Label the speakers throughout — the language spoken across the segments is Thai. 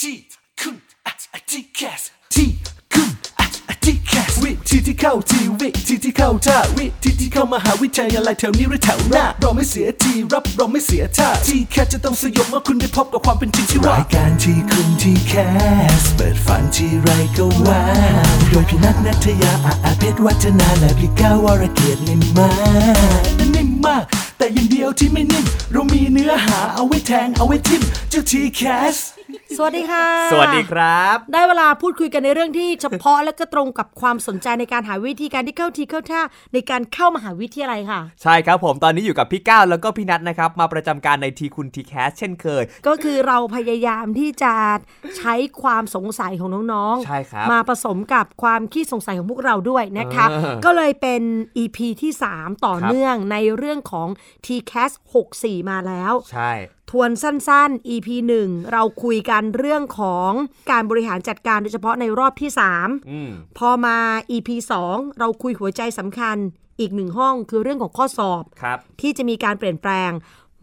Speaker 1: ที่คุณอ่ะอ่ะที่แคสที่คุณอ่ะอ่ะที่แคสวิธีที่เข้าทีวิธีที่เข้าท่าวิธีที่เข้ามหาวิทยาลัยแถวนี้หรือแถวหน้าเราไม่เสียทีรับเราไม่เสียท่าที่แคสจะต้องสยบเมื่อคุณได้พบกับความเป็นจริงที่ว่ารายการที่คุณที่แคสเปิดฝันที่ไรก็ว่าโดยพี่นัทนัทยาอาอาเพชรวัฒนาและพี่ก้าวรเกียรตินิ่มมากนิ่มมาก แต่อยังเดียวที่ไม่นิ่มเรามีเนื้อหาเอาไว้แทงเอาไว้ทิมเจ้าทีแคส
Speaker 2: สวัสดีค่ะ
Speaker 3: สวัสดีครับ
Speaker 2: ได้เวลาพูดคุยกันในเรื่องที่เฉพาะ และก็ตรงกับความสนใจในการหาวิธีการที่เข้าทีเข้าท่าในการเข้ามหาวิทยาลัยค่ะ
Speaker 3: ใช่ครับผมตอนนี้อยู่กับพี่ก้าวแล้วก็พี่นัทนะครับ มาประจำการในทีคุณทีแคสเช่นเคย
Speaker 2: ก็คือเราพยายามที่จะใช้ความสงสัยของน้อง
Speaker 3: ใช่ครับ
Speaker 2: มาผสมกับความขี้สงสัยของพวกเราด้วยนะคะ
Speaker 3: เออ
Speaker 2: ก็เลยเป็น EP ที่ 3 ต่อ
Speaker 3: ครับ
Speaker 2: เนื่องในเรื่องของ t c a s 64 มาแล้ว
Speaker 3: ใช่
Speaker 2: ทวนสั้นๆ EP 1 เราคุยกันเรื่องของการบริหารจัดการโดยเฉพาะในรอบที่ 3
Speaker 3: อืม
Speaker 2: พอมา EP 2 เราคุยหัวใจสำคัญอีกหนึ่งห้องคือเรื่องของข้อสอบ
Speaker 3: ครับ
Speaker 2: ที่จะมีการเปลี่ยนแปลง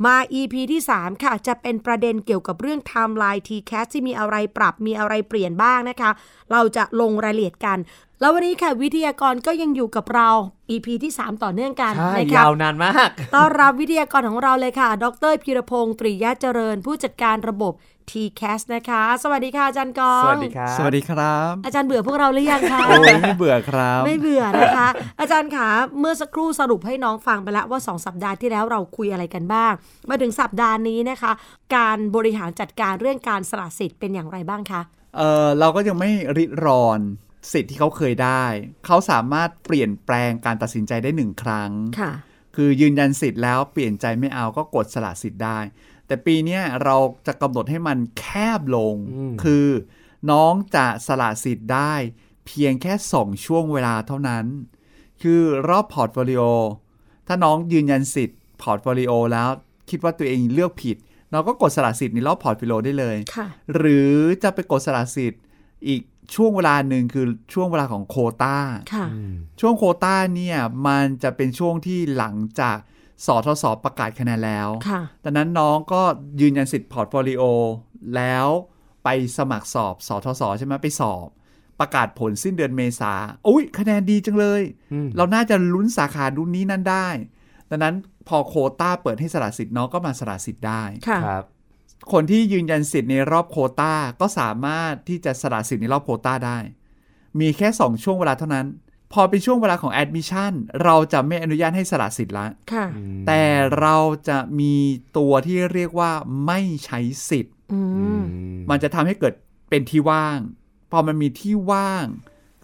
Speaker 2: มา EP ที่ 3 ค่ะ จะเป็นประเด็นเกี่ยวกับเรื่องไทม์ไลน์ TCAS ที่มีอะไรปรับมีอะไรเปลี่ยนบ้างนะคะ เราจะลงรายละเอียดกัน แล้ววันนี้ค่ะวิทยากรก็ยังอยู่กับเรา EP ที่ 3 ต่อเนื่องกัน
Speaker 3: ใช่
Speaker 2: นะคะ
Speaker 3: ยาวนานมาก
Speaker 2: ต้อนรับวิทยากรของเราเลยค่ะ ดรพีรพงศ์ตรียะเจริญ ผู้จัดการระบบ TCAS นะคะ สวัสดีค่ะอาจารย์กอง
Speaker 3: สวัสดีครับ
Speaker 4: สวัสดีครับ
Speaker 2: อาจารย์เบื่อพวกเราหรือยังคะ
Speaker 4: โอ้ยไม่เบื่อครับ
Speaker 2: ไม่เบื่อนะคะ อาจารย์ขาเมื่อสักครู่สรุปให้น้องฟังไปแล้วว่า 2 สัปดาห์ที่แล้วเราคุยอะไรกันบ้าง มาถึงสัปดาห์นี้นะคะ การบริหารจัดการเรื่องการสละสิทธิ์เป็นอย่างไรบ้างคะ
Speaker 4: เออเราก็ยังไม่ริดรอนสิทธิ์ที่เขาเคยได้ เขาสามารถเปลี่ยนแปลงการตัดสินใจได้หนึ่งครั้ง
Speaker 2: ค่ะ
Speaker 4: คือยืนยันสิทธิ์แล้วเปลี่ยนใจไม่เอาก็กดสละสิทธิ์ได้ แต่ปีเนี้ยเราจะกำหนดให้มันแคบลง
Speaker 3: อืม
Speaker 4: คือน้องจะสละสิทธิ์ได้ เพียงแค่ 2 ช่วงเวลาเท่านั้น คือรอบพอร์ตโฟลิโอถ้าน้องยืนยันสิทธิ์พอร์ตโฟลิโอแล้วคิดว่าตัวเองเลือกผิด เราก็กดสละสิทธิ์ในรอบพอร์ตโฟลิโอได้เลย
Speaker 2: ค่ะ
Speaker 4: หรือจะไปกดสละสิทธิ์อีกช่วงเวลาหนึ่งคือช่วงเวลาของโควต้า
Speaker 2: ค่ะ
Speaker 4: ช่วงโควต้าเนี่ยมันจะเป็นช่วงที่หลังจากสทศประกาศคะแนนแล้ว
Speaker 2: ค่ะ
Speaker 4: ดังนั้นน้องก็ยืนยันสิทธิ์พอร์ตโฟลิโอแล้วไปสมัครสอบสทศใช่ไหมไปสอบ ประกาศผลสิ้นเดือนเมษาอุ้ยคะแนนดีจังเลย
Speaker 3: อืม
Speaker 4: เราน่าจะลุ้นสาขารุ่นนี้นั่นได้ ดังนั้นพอโควต้าเปิดให้สละสิทธิ์น้องก็มาสละสิทธิ์ได้
Speaker 2: ค่ะ
Speaker 3: ครับ
Speaker 4: คนที่ยืนยันสิทธิ์ในรอบโควต้าก็สามารถที่จะสละสิทธิ์ในรอบโควต้าได้ มีแค่ 2 ช่วงเวลาเท่านั้น พอเป็นช่วงเวลาของแอดมิชชั่นเราจะไม่อนุญาตให้สละสิทธิ์ละ
Speaker 2: ค่ะ
Speaker 4: แต่เราจะมีตัวที่เรียกว่าไม่ใช้สิทธิ์
Speaker 2: อืม
Speaker 4: มันจะทำให้เกิดเป็นที่ว่าง พอมันมีที่ว่าง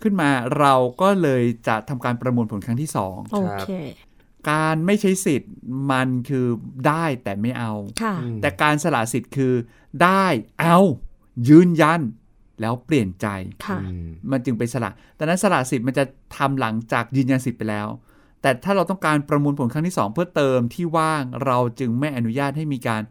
Speaker 4: ขึ้นมาเราก็เลยจะทำการประมวลผลครั้งที่
Speaker 2: โอเค
Speaker 4: 2 การไม่ใช้สิทธิ์มันคือได้แต่ไม่เอา
Speaker 2: ค่ะ
Speaker 3: อืม
Speaker 4: แต่การสละสิทธิ์คือได้เอายืนยัน แล้วเปลี่ยนใจ
Speaker 2: ค่ะ
Speaker 3: อืม
Speaker 4: มันจึงเป็นสละแต่นั้นสละสิทธิ์มันจะทำหลังจากยืนยันสิทธิ์ไปแล้ว แต่ถ้าเราต้องการประมวลผลครั้งที่ 2 เพื่อเติมที่ว่างเราจึงไม่อนุญาตให้มีการ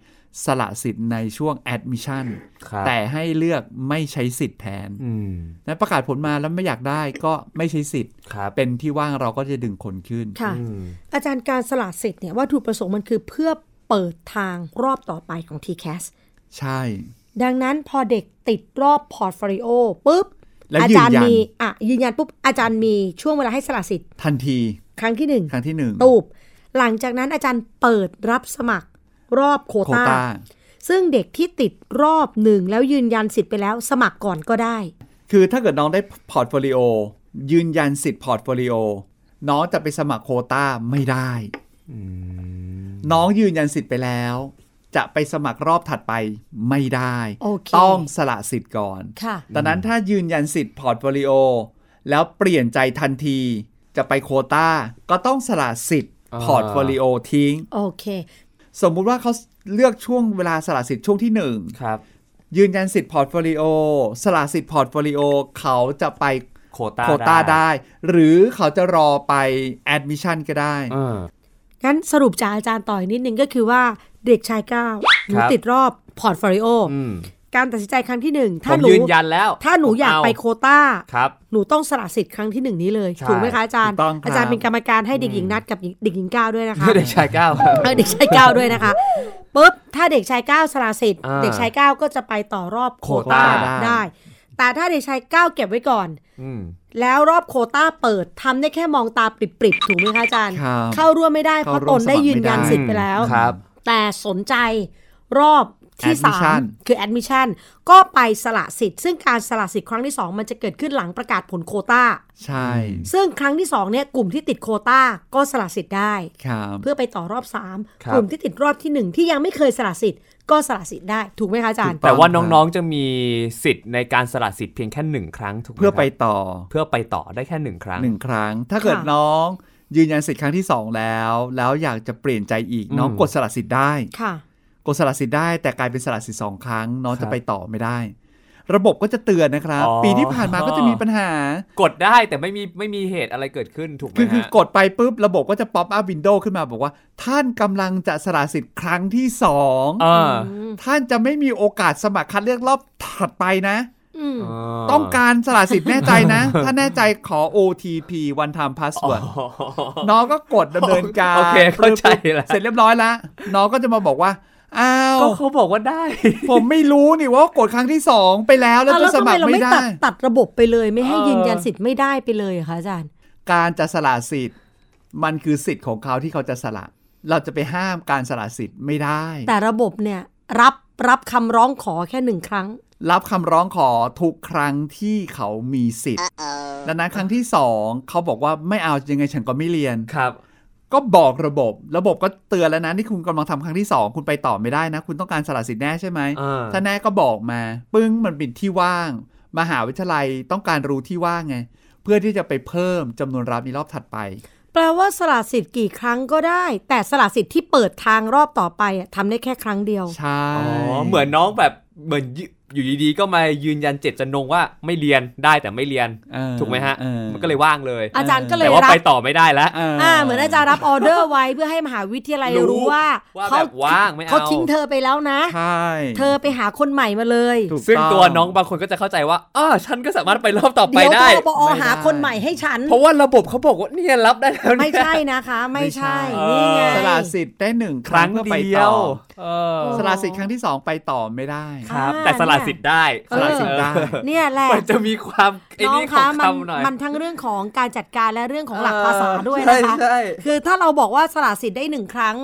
Speaker 4: สละสิทธิ์ในช่วงแอดมิชชั่น
Speaker 3: ครับ
Speaker 4: แต่ให้เลือกไม่ใช้สิทธิ์แทน
Speaker 3: อืม
Speaker 4: นั้นประกาศผลมาแล้วไม่อยากได้ก็ไม่ใช้สิทธิ์
Speaker 3: ครับ
Speaker 4: เป็นที่ว่างเราก็จะดึงคนขึ้น
Speaker 2: ค่ะ
Speaker 3: อืม
Speaker 2: อาจารย์การสละสิทธิ์เนี่ยวัตถุประสงค์มันคือเพื่อเปิดทางรอบต่อไปของ TCAS
Speaker 4: ใช่
Speaker 2: ดังนั้นพอเด็กติดรอบพอร์ตโฟลิโอปุ๊บ
Speaker 4: แล้ว
Speaker 2: อาจารย์
Speaker 4: ยืนยัน
Speaker 2: มีอ่ะยืนยันปุ๊บอาจารย์มีช่วงเวลาให้สละสิทธิ์
Speaker 4: ทันที
Speaker 2: ครั้งที่หนึ่ง
Speaker 4: ครั้งที่หนึ่ง
Speaker 2: ตูบหลังจากนั้นอาจารย์เปิดรับสมัครรอบโคว
Speaker 4: โคว
Speaker 2: ตา
Speaker 4: ต้า
Speaker 2: ซึ่งเด็กที่ติดรอบหนึ่งแล้วยืนยันสิทธิ์ไปแล้วสมัครก่อนก็ได้
Speaker 4: คือถ้าเกิดน้องได้พอร์ตโฟลิโอยืนยันสิทธิ์พอร์ตโฟลิโอน้องจะไปสมัครโควต้าไม่ได้ น้องยืนยันสิทธิ์ไปแล้ว จะไปสมัครรอบถัดไปไม่ได้
Speaker 2: โอเค
Speaker 4: ต้องสละสิทธิ์ก่อน
Speaker 2: ค่ะ
Speaker 4: ดังนั้นถ้ายืนยันสิทธิ์พอร์ตโฟลิโอแล้วเปลี่ยนใจทันที จะไปโควต้าก็ต้องสละสิทธิ์พอร์ตโฟลิโอทิ้ง
Speaker 2: โอเค
Speaker 4: สมมุติว่าเขาเลือกช่วงเวลาสละสิทธิ์ช่วงที่หนึ่ง
Speaker 3: ครับ
Speaker 4: ยืนยันสิทธิ์พอร์ตโฟลิโอสละสิทธิ์พอร์ตโฟลิโอเขาจะไป
Speaker 3: โควต้า
Speaker 4: โควต้าได้ หรือเขาจะรอไปแอดมิชชั่นก็ได้
Speaker 3: เออ
Speaker 2: งั้นสรุปจากอาจารย์ต่อยนิดนึงก็คือว่าเด็กชายก้าวหนู
Speaker 3: ครับ
Speaker 2: ติดรอบพอร์ตโฟลิโอ
Speaker 3: อืม
Speaker 2: การตัดสินใจครั้งที่หนึ่ง
Speaker 3: ผ
Speaker 2: ถ้าม หนู
Speaker 3: ยืนยันแล้ว
Speaker 2: ถ้าหนูอยากไปโควต้า
Speaker 3: ครับ
Speaker 2: หนูต้องสละสิทธิ์ครั้งที่หนึ่งนี้เลย
Speaker 3: ใช่
Speaker 2: ถูกไหมคะอาจาร
Speaker 4: ถู
Speaker 2: ย์
Speaker 4: กต้องครับ
Speaker 2: อาจารย์เป็นกรรมการให้เด็กหญิงนัดกับหญิงเด็กหญิงก้าวด้วยนะคะ
Speaker 3: ไม่ได้ชายก้าว
Speaker 2: เออเด็กชายก้าวด้วยนะคะปุ๊บถ้าเด็กชายก้าวสละสิทธิ์
Speaker 3: อ่า
Speaker 2: เด็กชายก้าวก็จะไปต่อรอบ
Speaker 3: โควต้า
Speaker 2: ได้ แต่ถ้าเด็กชายก้าวเก็บไว้ก่อน
Speaker 3: อืม
Speaker 2: แล้วรอบโควต้าเปิดทำได้แค่มองตาปริบๆถูกไหมคะอาจารย์
Speaker 4: ครับ
Speaker 2: เข้าร่วมไม่ได้เพราะตนได้ยืนยันสิทธิ์ไปแล้ว
Speaker 3: ครับ
Speaker 2: แต่สนใจรอบที่
Speaker 4: Admission
Speaker 2: 3 คือ admission ก็ไปสละสิทธิ์ ซึ่งการสละสิทธิ์ครั้งที่ 2 มันจะเกิดขึ้นหลังประกาศผลโควต้า
Speaker 4: ใช่
Speaker 2: ซึ่งครั้งที่2เนี่ยกลุ่มที่ติดโควต้าก็สละสิทธิ์ได้
Speaker 4: ครับ
Speaker 2: เพื่อไปต่อรอบ
Speaker 3: ครั
Speaker 2: 3
Speaker 3: บ
Speaker 2: กลุ่มที่ติดรอบทีหนึ่1 ที่ยังไม่เคยสละสิทธิ์ก็สละสิทธิ์ได้ถูกไหมคะอาจารย์
Speaker 3: แต่ว่าน้องๆจะมีสิทธิ์ในการสละสิทธิ์เพียงแค่หนึ่งครั้งถูกหม
Speaker 4: เพื่อไป
Speaker 3: ครับ
Speaker 4: ต่อ
Speaker 3: เพื่อไปต่อได้แค่หนึ่งครั้ง
Speaker 4: หนึ่งครั้ง ถ้าเกิด
Speaker 2: ค่ะ
Speaker 4: น้องยืนยันสิทธิ์ครั้งที่ 2 แล้ว แล้วอยากจะเปลี่ยนใจอีก น้อง
Speaker 3: อืม
Speaker 4: กดสละสิทธิ์ได้
Speaker 2: ค่ะ
Speaker 4: กดสละสิทธิ์ได้ แต่กลายเป็นสละสิทธิ์สองครั้ง น้อ
Speaker 3: ค
Speaker 4: ง
Speaker 3: รับ
Speaker 4: จะไปต่อไม่ได้ ระบบก็จะเตือนนะครับ
Speaker 3: อ๋อ
Speaker 4: ปีที่ผ่านมาก็จะมีปัญหา
Speaker 3: กดได้แต่ไม่มีไม่มีเหตุอะไรเกิดขึ้นถูกไหม
Speaker 4: คือคื
Speaker 3: ฮะ
Speaker 4: อกดไปปุ๊บ ระบบก็จะป๊อปอัพวินโดว์ขึ้นมาบอกว่า ท่านกำลังจะสละสิทธิ์ครั้งที่สอง
Speaker 3: เออ
Speaker 4: ท่านจะไม่มีโอกาสสมัครคัดเลือกรอบถัดไปนะ
Speaker 2: อืม
Speaker 3: า
Speaker 4: ต้องการสละสิทธิ์แน่ใจนะ ถ้าแน่ใจขอ OTP one time
Speaker 3: อ๋อ
Speaker 4: password น้องก็กดดำเนินการ
Speaker 3: โอเคเข้าใจแล้ว
Speaker 4: เสร็จเรียบร้อยแล้วน้องก็จะมาบอกว่าอ้าว
Speaker 3: ก็เขาบอกว่าได้
Speaker 4: ผมไม่รู้นี่ว่ากดครั้งที่สองไปแล้วแล้ว
Speaker 2: อ่ะ
Speaker 4: จะ
Speaker 2: แล้ว
Speaker 4: ส
Speaker 2: ทำไม
Speaker 4: มัคร
Speaker 2: เรา
Speaker 4: ไม่
Speaker 2: ไม่
Speaker 4: ได้
Speaker 2: ตัดตัดระบบไปเลยไม่ให้
Speaker 3: เออ
Speaker 2: ยืนยันสิทธิ์ไม่ได้ไปเลยเหรอคะอาจารย์
Speaker 4: การจะสละสิทธิ์ มันคือสิทธิ์ของเขาที่เขาจะสละ เราจะไปห้ามการสละสิทธิ์ไม่ได้
Speaker 2: แต่ระบบเนี่ยรับรับคำร้องขอแค่หนึ่งครั้ง
Speaker 4: รับคำร้องขอทุกครั้งที่เขามีสิทธิ์ดังนั้นครั้งที่สองเขาบอกว่าไม่เอายังไงฉันก็ไม่เรียน
Speaker 3: ครับ
Speaker 4: ก็บอกระบบ ระบบก็เตือนแล้วนะที่คุณกำลังทำครั้งที่ 2 คุณไปต่อไม่ได้นะ คุณต้องการสละสิทธิ์แน่ใช่ไหม
Speaker 3: อ่า
Speaker 4: ถ้าแน่ก็บอกมา ปึ้งมันเป็นที่ว่าง มหาวิทยาลัยต้องการรู้ที่ว่างไง เพื่อที่จะไปเพิ่มจำนวนรับในรอบถัดไป
Speaker 2: แปลว่าสละสิทธิ์กี่ครั้งก็ได้ แต่สละสิทธิ์ที่เปิดทางรอบต่อไปอะทำได้แค่ครั้งเดียว
Speaker 4: ใช่
Speaker 3: อ๋อเหมือนน้องแบบเหมือนยือยู่ดีๆก็มายืนยันเจตจำนงว่าไม่เรียนได้แต่ไม่เรียน
Speaker 4: เออ
Speaker 3: ถูกไหมฮะ
Speaker 4: ออ
Speaker 3: มันก็เลยว่างเลย
Speaker 2: อาจารย์ก็เลย
Speaker 3: แต่ว่า
Speaker 2: รับ
Speaker 3: ไปต่อไม่ได้แล้ว
Speaker 2: อ่าเหมือนอาจารย์ รับออเดอร์ไว้เพื่อให้มหาวิทยาลัย
Speaker 3: รู้
Speaker 2: รู้ว่า
Speaker 3: ว่า
Speaker 2: เขา
Speaker 3: แบบว่างไม่เอา
Speaker 2: เขาทิ้งเธอไปแล้วนะ
Speaker 4: ใช่
Speaker 2: เธอไปหาคนใหม่มาเลย
Speaker 4: ถูกอ
Speaker 3: ซึ่งตัวน้องบางคนก็จะเข้าใจว่าอ้าฉันก็สามารถไปรอบต่อไป
Speaker 2: เดี๋ยว
Speaker 3: ได้
Speaker 2: ทบอ
Speaker 4: ไม่ได้
Speaker 2: หาคนใหม่ให้ฉัน
Speaker 3: เพราะว่าระบบเขาบอกว่าเนี่ยรับได้แล้วเนี่ย
Speaker 2: ไม่ใช่นะคะ ไม่ใช่
Speaker 3: ไม่ใช่
Speaker 2: นี่ไง
Speaker 4: สละสิทธิ์ได้หนึ่ง
Speaker 3: ค
Speaker 4: ค
Speaker 3: รั้
Speaker 4: รั้
Speaker 3: ง
Speaker 4: งเพื่อไป
Speaker 3: เดีย
Speaker 4: ต่
Speaker 3: ว
Speaker 4: อ
Speaker 3: เออ
Speaker 4: สละสิทธิ์ครั้งที่ 2 ไปต่อไม่ได้
Speaker 2: ค
Speaker 3: ค
Speaker 2: รั
Speaker 3: รับ
Speaker 2: อ่า
Speaker 3: แต่สละสิทธิ์ได้
Speaker 2: เออ
Speaker 3: สละสิทธิ์ได้
Speaker 2: เนี่ยแหละ
Speaker 3: มันจะมีความไอ้
Speaker 2: น้อง
Speaker 3: นี่ขอ
Speaker 2: คะ
Speaker 3: ง
Speaker 2: มัน
Speaker 3: คำหน่อย
Speaker 2: มันทั้งเรื่องของการจัดการและเรื่องของหลัก
Speaker 3: เออ
Speaker 2: ภาษาด้วยนะคะ
Speaker 3: ใช่ใช่
Speaker 2: คือถ้าเราบอกว่าสละสิทธิ์ได้หนึ่งครั้ง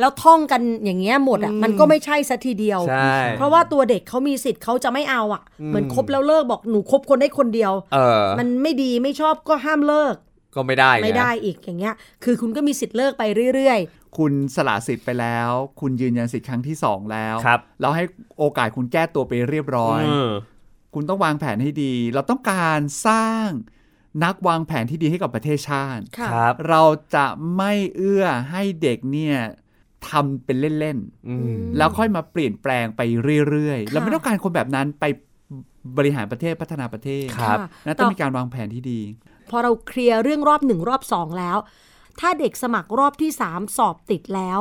Speaker 2: แล้วท่องกันอย่างเงี้ยหมดอ่ะมันก็ไม่ใช่สัทีเดียว
Speaker 3: ใช่
Speaker 2: เพราะว่าตัวเด็กเขามีสิทธิ์เขาจะไม่เอาอ่ะ
Speaker 3: อืม
Speaker 2: เหมือนคบแล้วเลิกบอกหนูคบคนได้คนเดียว
Speaker 3: เออ
Speaker 2: มันไม่ดีไม่ชอบก็ห้ามเลิก
Speaker 3: ก็ไม่ได้ง
Speaker 2: ไม่ได้อีกอย่างเงี้ย คือคุณก็มีสิทธิ์เลิกไปเรื่อย
Speaker 4: คุณสละสิทธิ์ไปแล้ว คุณยืนยันสิทธิ์ครั้งที่ 2 แล้ว
Speaker 3: ครับ
Speaker 4: แล้วให้โอกาสคุณแก้ตัวไปเรียบร้อย
Speaker 3: อืม
Speaker 4: คุณต้องวางแผนให้ดี เราต้องการสร้างนักวางแผนที่ดีให้กับประเทศชาติ
Speaker 2: ๆ ค่ะ
Speaker 3: ครับ
Speaker 4: เราจะไม่เอื้อให้เด็กเนี่ยทำเป็นเล่น
Speaker 3: อืม
Speaker 4: ๆ แล้วค่อยมาเปลี่ยนแปลงไปเรื่อย ๆ
Speaker 2: ค่ะ
Speaker 4: เราไม่ต้องการคนแบบนั้นไปบริหารประเทศพัฒนาประเทศ
Speaker 3: ครับ
Speaker 4: นะ
Speaker 2: ต่
Speaker 4: ต้อ
Speaker 2: อ
Speaker 4: งมีการวางแผนที่ดี
Speaker 2: พอเราเคลียร์เรื่องรอบหนึ่งรอบสองแล้ว ถ้าเด็กสมัครรอบที่สามสอบติดแล้ว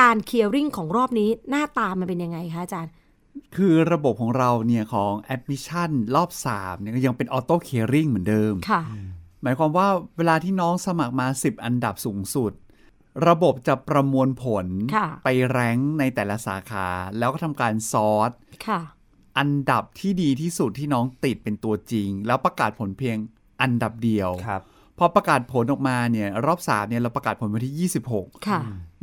Speaker 2: การเคลียร์ริ่งของรอบนี้หน้าตามันเป็นยังไงคะอาจารย์
Speaker 4: คือระบบของเราเนี่ยของ admission รอบ3เนี่ยก็ยังเป็น auto clearing เหมือนเดิม
Speaker 2: ค่ะ
Speaker 4: หมายความว่าเวลาที่น้องสมัครมา 10 อันดับสูงสุด ระบบจะประมวลผล
Speaker 2: ค่ะ
Speaker 4: ไปแร้งก์ในแต่ละสาขา แล้วก็ทำการซอร์ต
Speaker 2: ค่ะ
Speaker 4: อันดับที่ดีที่สุดที่น้องติดเป็นตัวจริง แล้วประกาศผลเพียงอันดับเดียว
Speaker 3: ครับ
Speaker 4: พอประกาศผลออกมาเนี่ยรอบ3เนี่ยเราประกาศผลวันที่ 26
Speaker 2: ค่ะ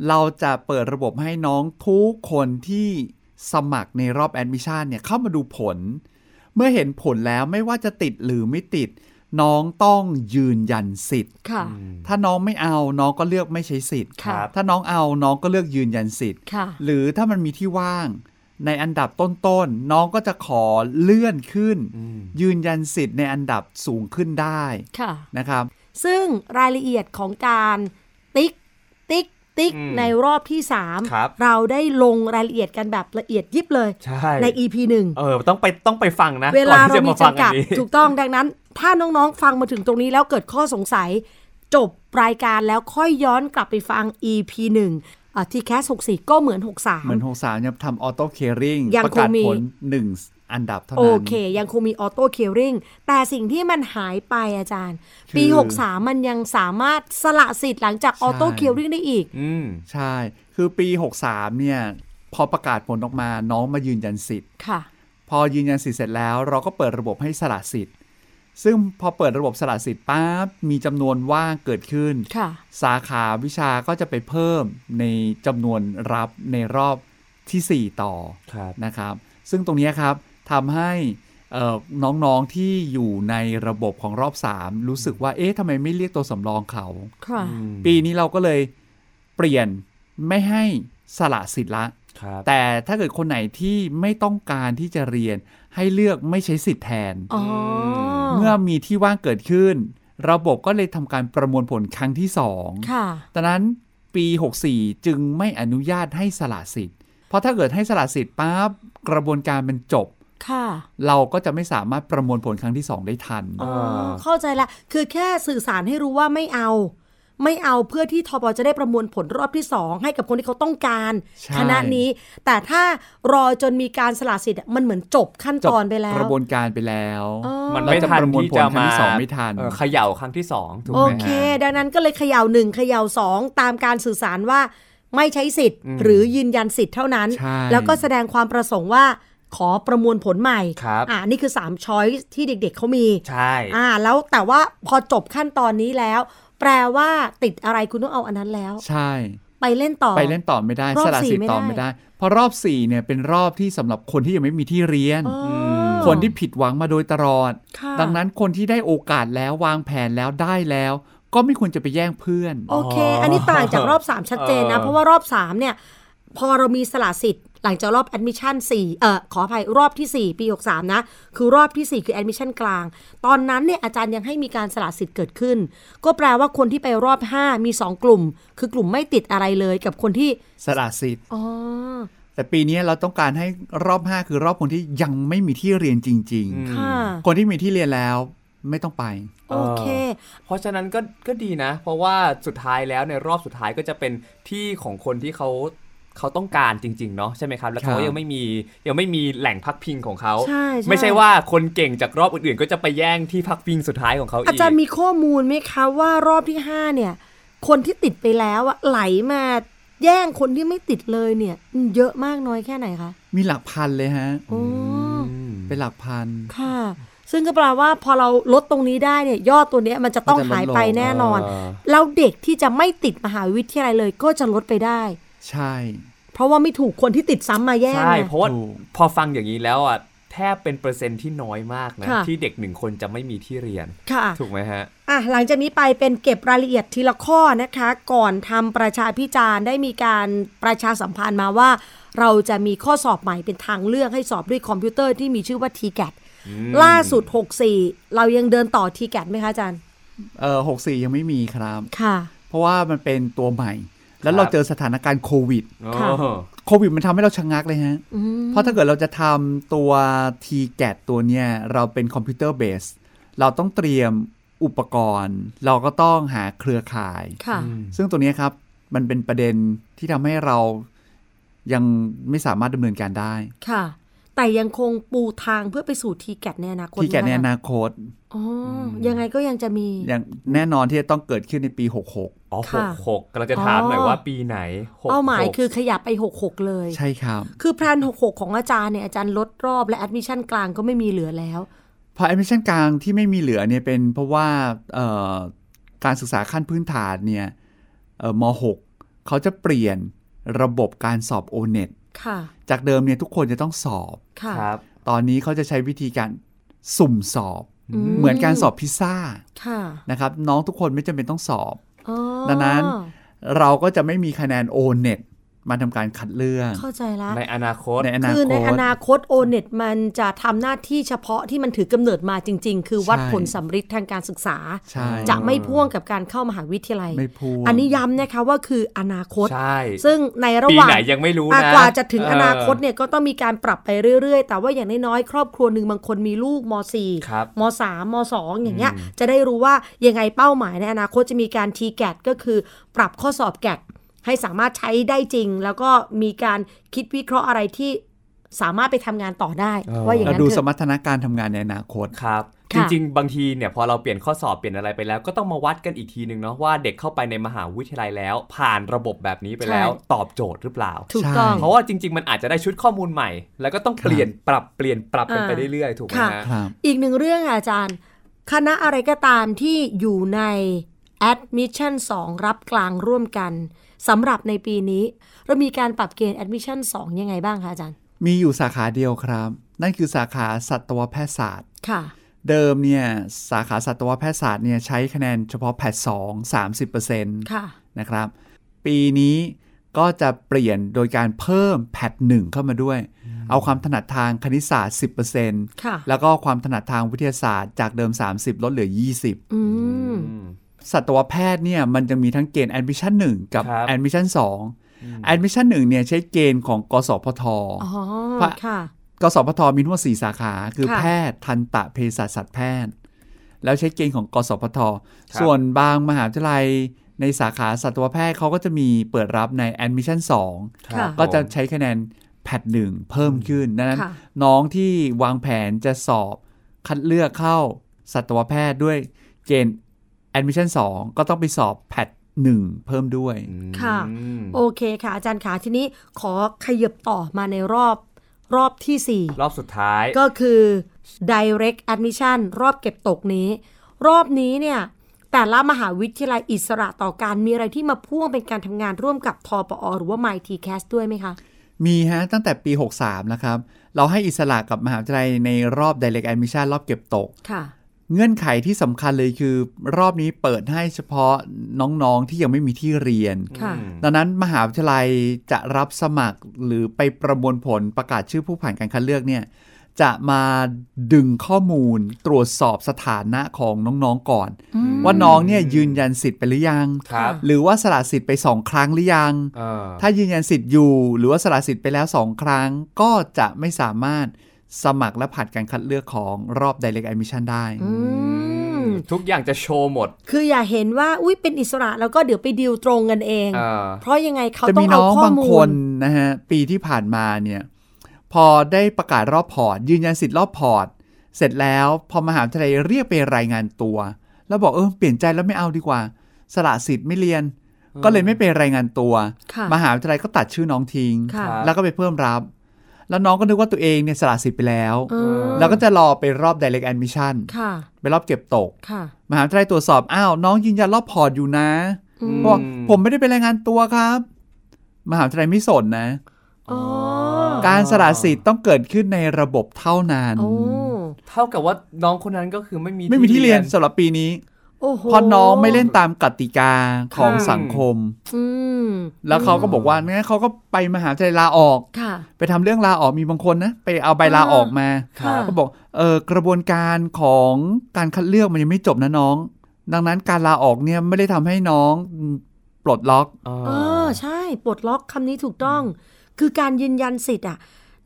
Speaker 4: เราจะเปิดระบบให้น้องทุกคนที่สมัครในรอบแอดมิชชั่นเนี่ยเข้ามาดูผล เมื่อเห็นผลแล้วไม่ว่าจะติดหรือไม่ติด น้องต้องยืนยันสิทธิ์
Speaker 2: ค่ะ
Speaker 4: ถ้าน้องไม่เอาน้องก็เลือกไม่ใช้สิทธิ์
Speaker 2: ค่ะ
Speaker 4: ถ้าน้องเอาน้องก็เลือกยืนยันสิทธิ์
Speaker 2: ค่ะ
Speaker 4: หรือถ้ามันมีที่ว่าง ในอันดับต้นๆนน้องก็จะขอเลื่อนขึ้น ยืนยันสิทธิ์ในอันดับสูงขึ้นได้
Speaker 2: ค่ะ
Speaker 4: นะครับ
Speaker 2: ซึ่งรายละเอียดของการติ๊ก ติ๊ก ติ๊ก
Speaker 3: อืม
Speaker 2: ในรอบที่สาม
Speaker 3: ครับ
Speaker 2: เราได้ลงรายละเอียดกันแบบละเอียดยิบเลย
Speaker 3: ใช่
Speaker 2: ใน EP หนึ่ง
Speaker 3: เออต้องไปต้องไปฟังนะ
Speaker 2: เวลา
Speaker 3: ก่อน
Speaker 2: เรา
Speaker 3: ที่จะ
Speaker 2: มี
Speaker 3: มาฟัง
Speaker 2: จำ
Speaker 3: อั
Speaker 2: กัด
Speaker 3: นนี้
Speaker 2: ถูกต้องดังนั้น ถ้าน้องๆ ฟังมาถึงตรงนี้แล้วเกิดข้อสงสัย จบรายการแล้วค่อยย้อนกลับไปฟัง EP 1 ทีแคส64 ก็เหมือน 63
Speaker 4: เหมือนหกสามยังทำออโต้เคริง
Speaker 2: ยัง
Speaker 4: ประ
Speaker 2: ค
Speaker 4: กาง ศ
Speaker 2: มี
Speaker 4: ผลหนึ่งอันดับเท่า
Speaker 2: โอ
Speaker 4: นั้น
Speaker 2: เค ยังคงมีออโต้เค r ริงแต่สิ่งที่มันหายไปอาจารย์
Speaker 4: คือ
Speaker 2: ปี 63 มันยังสามารถสละสิทธิ์หลังจากออโต้เค r ริงได้อีก
Speaker 3: อืม
Speaker 4: ใช่ คือปี 63เนี่ย พอประกาศผลออกมาน้องมายืนยันสิทธิ์
Speaker 2: ค่ะ
Speaker 4: พอยืนยันสิทธิ์เสร็จแล้ว เราก็เปิดระบบให้สละสิทธิ์ ซึ่งพอเปิดระบบสละสิทธิ์ปั๊บมีจำนวนว่างเกิดขึ้น
Speaker 2: ค่ะ
Speaker 4: สาขาวิชาก็จะไปเพิ่มในจำนวนรับในรอบทีสี่ 4 ต่อ
Speaker 3: ครับ
Speaker 4: นะครับ ซึ่งตรงเนี้ยครับทำให้เอ่อน้องๆที่อยู่ในระบบของรอบ 3 รู้สึกว่าเอ๊ะทำไมไม่เรียกตัวสำรองเขา
Speaker 2: ค่ะ
Speaker 4: ปีนี้เราก็เลยเปลี่ยนไม่ให้สละสิทธิ์ละ
Speaker 3: ครับ
Speaker 4: แต่ถ้าเกิดคนไหนที่ไม่ต้องการที่จะเรียนให้เลือกไม่ใช้สิทธิ์แทน
Speaker 2: อ๋อ
Speaker 4: เมื่อมีที่ว่างเกิดขึ้น ระบบก็เลยทำการประมวลผลครั้งที่สอง
Speaker 2: ค่ะ
Speaker 4: ตอนนั้นปี 64 จึงไม่อนุญาตให้สละสิทธิ์ เพราะถ้าเกิดให้สละสิทธิ์ปั๊บกระบวนการมันจบ
Speaker 2: ค่ะ
Speaker 4: เราก็จะไม่สามารถประมวลผลครั้งที่ 2 ได้ทัน
Speaker 2: อ๋อ เข้าใจละ คือแค่สื่อสารให้รู้ว่าไม่เอา ไม่เอาเพื่อที่ทบจะได้ประมวลผลรอบที่ 2 ให้กับคนที่เขาต้องการ
Speaker 4: ใช่
Speaker 2: คณะนี้ แต่ถ้ารอจนมีการสละสิทธิ์อะมันเหมือนจบขั้น
Speaker 4: จ
Speaker 2: ต
Speaker 4: บ
Speaker 2: อนไปแล้ว
Speaker 4: กระบวนการไปแล้ว
Speaker 2: อ๋อ
Speaker 3: มันไม่ทัน
Speaker 4: เราจะประมวล
Speaker 3: ที่
Speaker 4: ผล
Speaker 3: จะ
Speaker 4: ครั้
Speaker 3: มาง
Speaker 4: ที่สองไม่ทัน
Speaker 3: เออเขย่าครั้งที่สองถูก
Speaker 2: โอ
Speaker 3: ไหม
Speaker 2: เค
Speaker 3: ฮะ
Speaker 2: ดังนั้นก็เลยเขย่าหนึ่งเขย่าสองตามการสื่อสารว่าไม่ใช้สิทธิ์ หรือยืนยันสิทธิ์เท่านั้น
Speaker 4: ใช่
Speaker 2: แล้วก็แสดงความประสงค์ว่าขอประมวลผลใหม่
Speaker 3: ครับ
Speaker 2: อ่านี่คือ3ช้อยที่เด็กๆเขามี
Speaker 3: ใช่
Speaker 2: อ่า แล้วแต่ว่าพอจบขั้นตอนนี้แล้ว แปลว่าติดอะไรคุณต้องเอาอันนั้นแล้ว
Speaker 4: ใช่
Speaker 2: ไปเล่นต่อ
Speaker 4: ไปเล่นต่อไม่ได้
Speaker 2: รอบ
Speaker 4: สละสิท
Speaker 2: สี่
Speaker 4: ธิ์ต่อ
Speaker 2: ไม่
Speaker 4: ไม่
Speaker 2: ได้
Speaker 4: ได้ เพราะรอบสี่เนี่ยเป็นรอบที่สำหรับคนที่ยังไม่มีที่เรียน
Speaker 2: อ๋อ
Speaker 4: คนที่ผิดหวังมาโดยตลอด
Speaker 2: ค่ะ
Speaker 4: ดังนั้นคนที่ได้โอกาสแล้ววางแผนแล้วได้แล้ว ก็ไม่ควรจะไปแย่งเพื่อน
Speaker 2: โอเค อันนี้ต่างจากรอบ 3 ชัดเจนนะ
Speaker 3: เออ
Speaker 2: เพราะว่ารอบ 3 เนี่ย พอเรามีสละสิทธิ์ หลังจากรอบแอดมิชชั่น4เอ่อ ขออภัยรอบทีสี่ 4 ปี 63 นะ คือรอบทีสี่ 4 คือแอดมิชชั่นกลาง ตอนนั้นเนี่ยอาจารย์ยังให้มีการสละสิทธิ์เกิดขึ้น ก็แปลว่าคนที่ไปรอบ 5 มี 2 กลุ่ม คือกลุ่มไม่ติดอะไรเลยกับคนที่
Speaker 4: สละสิทธิ์
Speaker 2: อ๋อ
Speaker 4: แต่ปีนี้เราต้องการให้รอบ 5 คือรอบคนที่ยังไม่มีที่เรียนจริง
Speaker 2: ค่ะ
Speaker 4: ๆ คนที่มีที่เรียนแล้วไม่ต้องไป
Speaker 2: โอเค
Speaker 3: เพราะฉะนั้นก็ก็ดีนะ เพราะว่าสุดท้ายแล้วในรอบสุดท้ายก็จะเป็นที่ของคนที่เขาเขาต้องการจริง ๆ เนาะใช่ไหมครับ แล้วเขา
Speaker 4: ครับ
Speaker 3: ยังไม่มียังไม่มีแหล่งพักพิงของเขา
Speaker 2: ใช่ใช่
Speaker 3: ไม่ใช่ว่าคนเก่งจากรอบอื่นๆ ก็จะไปแย่งที่พักพิงสุดท้ายของเขาอี
Speaker 2: อาก จารย์มีข้อมูลไหมคะว่ารอบที่ 5 เนี่ย คนที่ติดไปแล้วอะไหลมาแย่งคนที่ไม่ติดเลยเนี่ย เยอะมากน้อยแค่ไหนคะ
Speaker 4: มีหลักพันเลยฮะ
Speaker 2: โอ้
Speaker 4: เป็นหลักพัน
Speaker 2: ค่ะ ซึ่งก็แปลว่าพอเราลดตรงนี้ได้เนี่ยยอดตัวเนี้ยมันจะต้องหายไปแน่นอน
Speaker 3: เออ
Speaker 2: แล้วเด็กที่จะไม่ติดมหาวิทยาลัยเลยก็จะลดไปได้
Speaker 4: ใช่
Speaker 2: เพราะว่าไม่ถูกคนที่ติดซ้ำมาแย่ง
Speaker 3: ใช่
Speaker 2: ไง
Speaker 3: เพราะว่า
Speaker 4: ถูก
Speaker 3: พอฟังอย่างนี้แล้วอ่ะแทบเป็นเปอร์เซ็นต์ที่น้อยมากนะ
Speaker 2: ค่ะ
Speaker 3: ที่เด็กหนึ่งคนจะไม่มีที่เรียน
Speaker 2: ค่ะ
Speaker 3: ถูกไหมฮะ
Speaker 2: อ่ะหลังจากนี้ไปเป็นเก็บรายละเอียดทีละข้อนะคะ ก่อนทำประชาพิจารณ์ได้มีการประชาสัมพันธ์มาว่า เราจะมีข้อสอบใหม่เป็นทางเลือกให้สอบด้วยคอมพิวเตอร์ที่มีชื่อว่า t c a t ล่าสุด 64 เรายังเดินต่อ t c a t ไหมคะอาจารย์
Speaker 4: เออหกสี่ยังไม่มีครับ
Speaker 2: ค่ะ
Speaker 4: เพราะว่ามันเป็นตัวใหม่ แล้
Speaker 3: ครับ
Speaker 4: วเราเจอสถานการณ์โควิด
Speaker 2: ค่ะ
Speaker 3: โอ้
Speaker 4: โควิดมันทำให้เราชะงักเลยฮะ เพราะถ้าเกิดเราจะทำตัว t g a t ตัวเนี้ยเราเป็นคอมพิวเตอร์เบส เราต้องเตรียมอุปกรณ์ เราก็ต้องหาเครือข่าย
Speaker 2: ค่ะ
Speaker 4: ซึ่งตัวเนี้ยครับ มันเป็นประเด็นที่ทำให้เรายังไม่สามารถดำเนินการได้
Speaker 2: ค่ะ แต่ยังคงปูทางเพื่อไปสู่ t c a t ในอนาคต
Speaker 4: t g a t ในอนาคต
Speaker 2: อ๋อยังไงก็ยังจะมี
Speaker 4: อย่างแน่นอนที่จะต้องเกิดขึ้นในปี
Speaker 3: อ๋อห
Speaker 2: ค่ะ
Speaker 3: กหกกำลังจะถามหน่อย
Speaker 2: อ๋อ
Speaker 3: ว่าปีไหนหก
Speaker 2: เป้าหมาย
Speaker 3: ก
Speaker 2: คือขยับไป 66 เลย
Speaker 4: 66 ใช่ครับ
Speaker 2: คือแพลน66 ของอาจารย์เนี่ยอาจารย์ลดรอบและแอดมิชชั่นกลางก็ไม่มีเหลือแล้ว
Speaker 4: พอแอดมิชชั่นกลางที่ไม่มีเหลือเนี่ยเป็นเพราะว่าเอ่อการศึกษาขั้นพื้นฐานเนี่ยเอ่อม .6 เขาจะเปลี่ยนระบบการสอบ o n e t
Speaker 2: ค่ะ
Speaker 4: จากเดิมเนี่ยทุกคนจะต้องสอบ
Speaker 2: ค่ะ
Speaker 3: ครับ
Speaker 4: ตอนนี้เขาจะใช้วิธีการสุ่มสอบ
Speaker 2: อืม
Speaker 4: เหมือนการสอบพิซซ่า
Speaker 2: ค่ะ
Speaker 4: นะครับน้องทุกคนไม่จำเป็นต้องสอบ
Speaker 2: อ๋อ
Speaker 4: ดังนั้น เราก็จะไม่มีคะแนน o n e t มาทำการคัดเลือก
Speaker 2: เข้าใจละ
Speaker 3: ในอนาคต
Speaker 4: ในอนา
Speaker 2: คือ
Speaker 4: ค
Speaker 2: ใน
Speaker 4: ต
Speaker 2: อนาคตโอเน็ตมันจะทำหน้าที่เฉพาะที่มันถือกำเนิดมาจริง ๆ คือวัด
Speaker 4: ใช่
Speaker 2: ผลสัมฤทธิ์ทางการศึกษา
Speaker 4: ใช่
Speaker 2: จะไม่พ่วงกับการเข้ามหาวิทยาลัย
Speaker 4: ไม่พูด
Speaker 2: อันนี้ย้ำนะคะว่าคืออนาคต
Speaker 3: ใช่
Speaker 2: ซึ่งในระห
Speaker 3: ปี
Speaker 2: ว่าง
Speaker 3: ไหนยังไม่รู้
Speaker 2: อ่ะ
Speaker 3: นะ
Speaker 2: กว่าจะถึงอนาคตเนี่ยก็ต้องมีการปรับไปเรื่อย ๆ แต่ว่าอย่างน้อยๆครอบครัวหนึ่งบางคนมีลูกม
Speaker 3: ครับ
Speaker 2: .4 ม .3 ม .2 อย่างเงี้ยจะได้รู้ว่ายังไงเป้าหมายในอนาคตจะมีการทีแกตก็คือ ปรับข้อสอบแกต ให้สามารถใช้ได้จริง แล้วก็มีการคิดวิเคราะห์อะไรที่สามารถไปทำงานต่อได้
Speaker 3: เออ
Speaker 2: ว่าอย่าง
Speaker 4: เรา
Speaker 2: นั้น
Speaker 4: ดู
Speaker 2: เถ
Speaker 4: ส
Speaker 2: อะ
Speaker 4: มรรถนะการทำงานในอนาคต
Speaker 3: ครับ
Speaker 2: ค่ะ
Speaker 3: จริงๆ บางทีเนี่ยพอเราเปลี่ยนข้อสอบเปลี่ยนอะไรไปแล้วก็ต้องมาวัดกันอีกทีหนึ่งเนาะว่าเด็กเข้าไปในมหาวิทยาลัยแล้ว ผ่านระบบแบบนี้ไปแล้วตอบโจทย์หรือเปล่า
Speaker 2: ถูกต้อง
Speaker 4: ใช่
Speaker 3: เพราะว่าจริง ๆ มันอาจจะได้ชุดข้อมูลใหม่ แล้วก็ต้องเปลี่ยนปรับเปลี่ยนปรับกัน
Speaker 2: อ่า
Speaker 3: ไปเรื่อยๆ ถูกไหม
Speaker 2: ค่ะ
Speaker 3: ฮะ
Speaker 4: ครับ
Speaker 2: อีกหนึ่งเรื่องค่ะอาจารย์ คณะอะไรก็ตามที่อยู่ใน Admission 2 รับกลางร่วมกันสำหรับในปีนี้ เรามีการปรับเกณฑ์ Admission 2 ยังไงบ้างคะอาจารย์
Speaker 4: มีอยู่สาขาเดียวครับ นั่นคือสาขาสัตวแพทยศาสตร์
Speaker 2: ค่ะ
Speaker 4: เดิมเนี่ยสาขาสัตวแพทยศาสตร์เนี่ยใช้คะแนนเฉพาะแพทสองสามสิบเปอร์เซ็นต์
Speaker 2: ค่ะ
Speaker 4: นะครับ ปีนี้ก็จะเปลี่ยนโดยการเพิ่มแพทหนึ่งเข้ามาด้วย เอาความถนัดทางคณิตศาสตร์ 10%
Speaker 2: ค่ะ
Speaker 4: แล้วก็ความถนัดทางวิทยาศาสตร์จากเดิม 30 ลดเหลือ 20
Speaker 2: อืม
Speaker 4: สัตวแพทย์เนี่ยมันจะมีทั้งเกณฑ์ admission 1 กับ
Speaker 3: ครับ
Speaker 4: admission 2 admission 1เนี่ยใช้เกณฑ์ของกสพท
Speaker 2: อ๋อ
Speaker 4: พระ
Speaker 2: ค่ะ
Speaker 4: กสพทมีทั้งหมด4สาขา คือ
Speaker 2: ค่ะ
Speaker 4: แพทย์ทันตะเภสัชสัตวแพทย์ แล้วใช้เกณฑ์ของกสพท ส่วนบางมหาวิทยาลัยในสาขาสัตวแพทย์เขาก็จะมีเปิดรับใน admission 2
Speaker 2: ค่ะ
Speaker 4: ก็จะใช้คะแนนแพทหนึ่งเพิ่มขึ้นดังนั้น
Speaker 2: ค่ะ
Speaker 4: น้องที่วางแผนจะสอบคัดเลือกเข้าสัตวแพทย์ด้วยเกณฑ์ admission 2 ก็ต้องไปสอบแพทหนึ่งเพิ่มด้วย
Speaker 2: ค่ะ
Speaker 3: อืม
Speaker 2: โอเคค่ะ อาจารย์ขาทีนี้ขอขยับต่อมาในรอบรอบทีสี่4
Speaker 3: รอบสุดท้าย
Speaker 2: ก็คือ direct admission รอบเก็บตกนี้ รอบนี้เนี่ย แต่ละมหาวิทยาลัยอิสระต่อการมีอะไรที่มาพ่วงเป็นการทำงานร่วมกับทปอหรือว่า MyTCAS ด้วยไหมคะ
Speaker 4: มีฮะตั้งแต่ปี 63 นะครับ เราให้อิสระกับมหาวิทยาลัยในรอบ direct admission รอบเก็บตก
Speaker 2: ค่ะ
Speaker 4: เงื่อนไขที่สำคัญเลยคือ รอบนี้เปิดให้เฉพาะน้องๆที่ยังไม่มีที่เรียน
Speaker 2: ค่ะ
Speaker 4: ดังนั้นมหาวิทยาลัยจะรับสมัครหรือไปประมวลผลประกาศชื่อผู้ผ่านการคัดเลือกเนี่ยจะมาดึงข้อมูลตรวจสอบสถานะของน้องๆก่อน ว่าน้องเนี่ยยืนยันสิทธิ์ไปหรือยัง
Speaker 3: ครับ
Speaker 4: หรือว่าสละสิทธิ์ไปสองครั้งหรือยัง
Speaker 3: เออ
Speaker 4: ถ้ายืนยันสิทธิ์อยู่หรือว่าสละสิทธิ์ไปแล้วสองครั้ง ก็จะไม่สามารถสมัครและผ่านการคัดเลือกของรอบ direct admission ได้
Speaker 2: ม
Speaker 3: ทุกอย่างจะโชว์หมด
Speaker 2: คืออย่าเห็นว่าอุ้ยเป็นอิสระแล้วก็เดี๋ยวไปดีลตรงกันเอง
Speaker 3: เออ
Speaker 2: เพราะยังไงเขา
Speaker 4: จะ
Speaker 2: ต้อ
Speaker 4: มี
Speaker 2: ง
Speaker 4: น้
Speaker 2: เอา
Speaker 4: อ
Speaker 2: ข้อบ
Speaker 4: งาง
Speaker 2: มู
Speaker 4: ค
Speaker 2: ล
Speaker 4: นนะฮะปีที่ผ่านมาเนี่ยพอได้ประกาศรอบพอร์ตยืนยันสิทธิ์รอบพอร์ต เสร็จแล้วพอมหาวิทยาลัยเรียกไปรายงานตัว แล้วบอกเออเปลี่ยนใจแล้วไม่เอาดีกว่า สละสิทธิ์ไม่เรียน ก็เลยไม่ไปรายงานตัว
Speaker 2: ค่ะ
Speaker 4: มหาวิทยาลัยก็ตัดชื่อน้องทิ้ง
Speaker 2: ค่ะ
Speaker 4: แล้วก็ไปเพิ่มรับ แล้วน้องก็นึกว่าตัวเองเนี่ยสละสิทธิ์ไปแล้ว
Speaker 2: เออ
Speaker 4: แล้วก็จะรอไปรอบ direct admission
Speaker 2: ค่ะ
Speaker 4: ไปรอบเก็บตก
Speaker 2: ค่ะ
Speaker 4: มหาวิทยาลัยตรวจสอบอ้าวน้องยืนยันรอบพอร์ตอยู่นะ บอกผมไม่ได้ไปรายงานตัวครับ มหาวิทยาลัยไม่สนนะ
Speaker 2: อ๋อ
Speaker 4: การสละสิทธิ์ต้องเกิดขึ้นในระบบเท่านั้น
Speaker 2: โอ้
Speaker 3: เท่ากับว่าน้องคนนั้นก็คือไม่มี
Speaker 4: ไม่มีที่เรียนสำหรับปีนี้
Speaker 2: โอ้โห
Speaker 4: เพราะน้องไม่เล่นตามกติกาของสังคม
Speaker 2: อืม
Speaker 4: แล้วเขาก็บอกว่างั้นเขาก็ไปมหาวิทยาลัยลาออก
Speaker 2: ค่ะ
Speaker 4: ไปทำเรื่องลาออกมีบางคนนะ ไปเอาใบลาออกมา
Speaker 2: ค่ะ
Speaker 4: ก็บอกเออกระบวนการของการคัดเลือกมันยังไม่จบนะน้อง ดังนั้นการลาออกเนี่ยไม่ได้ทำให้น้องปลดล็อก
Speaker 3: เออ
Speaker 2: เออใช่ปลดล็อกคำนี้ถูกต้อง คือการยืนยันสิทธิ์อ่ะ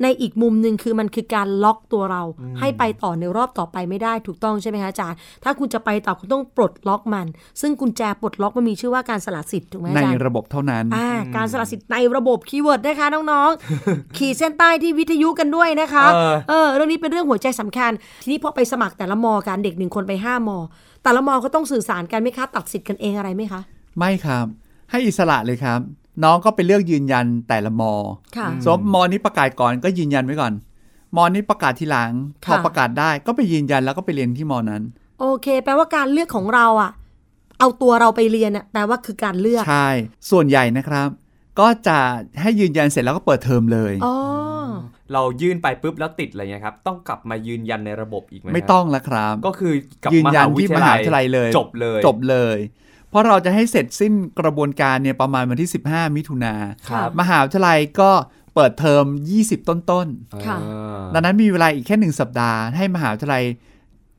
Speaker 2: ในอีกมุมหนึ่งคือมันคือการล็อกตัวเรา ให้ไปต่อในรอบต่อไปไม่ได้ถูกต้องใช่ไหมคะอาจารย์ ถ้าคุณจะไปต่อคุณต้องปลดล็อกมัน ซึ่งกุญแจปลดล็อกมันมีชื่อว่าการสละสิทธิ์ถูกไหม
Speaker 4: ใน
Speaker 2: อาจารย์
Speaker 4: ระบบเท่านั้น
Speaker 2: อ่าการสละสิทธิ์ในระบบคีย์เวิร์ดนะคะน้องๆ ขีดเส้นใต้ที่วิทยุกันด้วยนะคะ
Speaker 3: เออ
Speaker 2: เออเรื่องนี้เป็นเรื่องหัวใจสำคัญ ทีนี้พอไปสมัครแต่ละมอกันเด็กหนึ่งคนไปห้ามอ แต่ละมอก็ต้องสื่อสารกันไหมคะ ตัดสิทธิ์กันเองอะไรไหมคะ
Speaker 4: ไม่ครับ ให้อิสระเลยครับ น้องก็ไปเลือกยืนยันแต่ละมอ
Speaker 2: ค่ะ
Speaker 4: สมมติมอนี้ประกาศก่อนก็ยืนยันไว้ก่อน มอนี้ประกาศทีหลังพอ
Speaker 2: ค่ะ
Speaker 4: ประกาศได้ก็ไปยืนยันแล้วก็ไปเรียนที่มอนั้น
Speaker 2: โอเค แปลว่าการเลือกของเราอะเอาตัวเราไปเรียนอะแปลว่าคือการเลือก
Speaker 4: ใช่ ส่วนใหญ่นะครับ ก็จะให้ยืนยันเสร็จแล้วก็เปิดเทอมเลย
Speaker 2: อ๋อ
Speaker 3: เรายื่นไปปุ๊บแล้วติดอะไรเงี้ยครับ ต้องกลับมายืนยันในระบบอีกไหมครับ
Speaker 4: ไม่ต้องละครับ
Speaker 3: ก็คือกลับ
Speaker 4: ยืนยันที่มหาวิทยาลัยเลย
Speaker 3: จบเลย
Speaker 4: จบเลย เพราะเราจะให้เสร็จสิ้นกระบวนการเนี่ยประมาณวันที่ 15 มิถุนา
Speaker 3: ครับ
Speaker 4: มหาวิทยาลัยก็เปิดเทอม 20 ต้นๆ
Speaker 2: ค่ะ
Speaker 3: เออ
Speaker 4: ดังนั้นมีเวลาอีกแค่หนึ่งสัปดาห์ให้มหาวิทยาลัย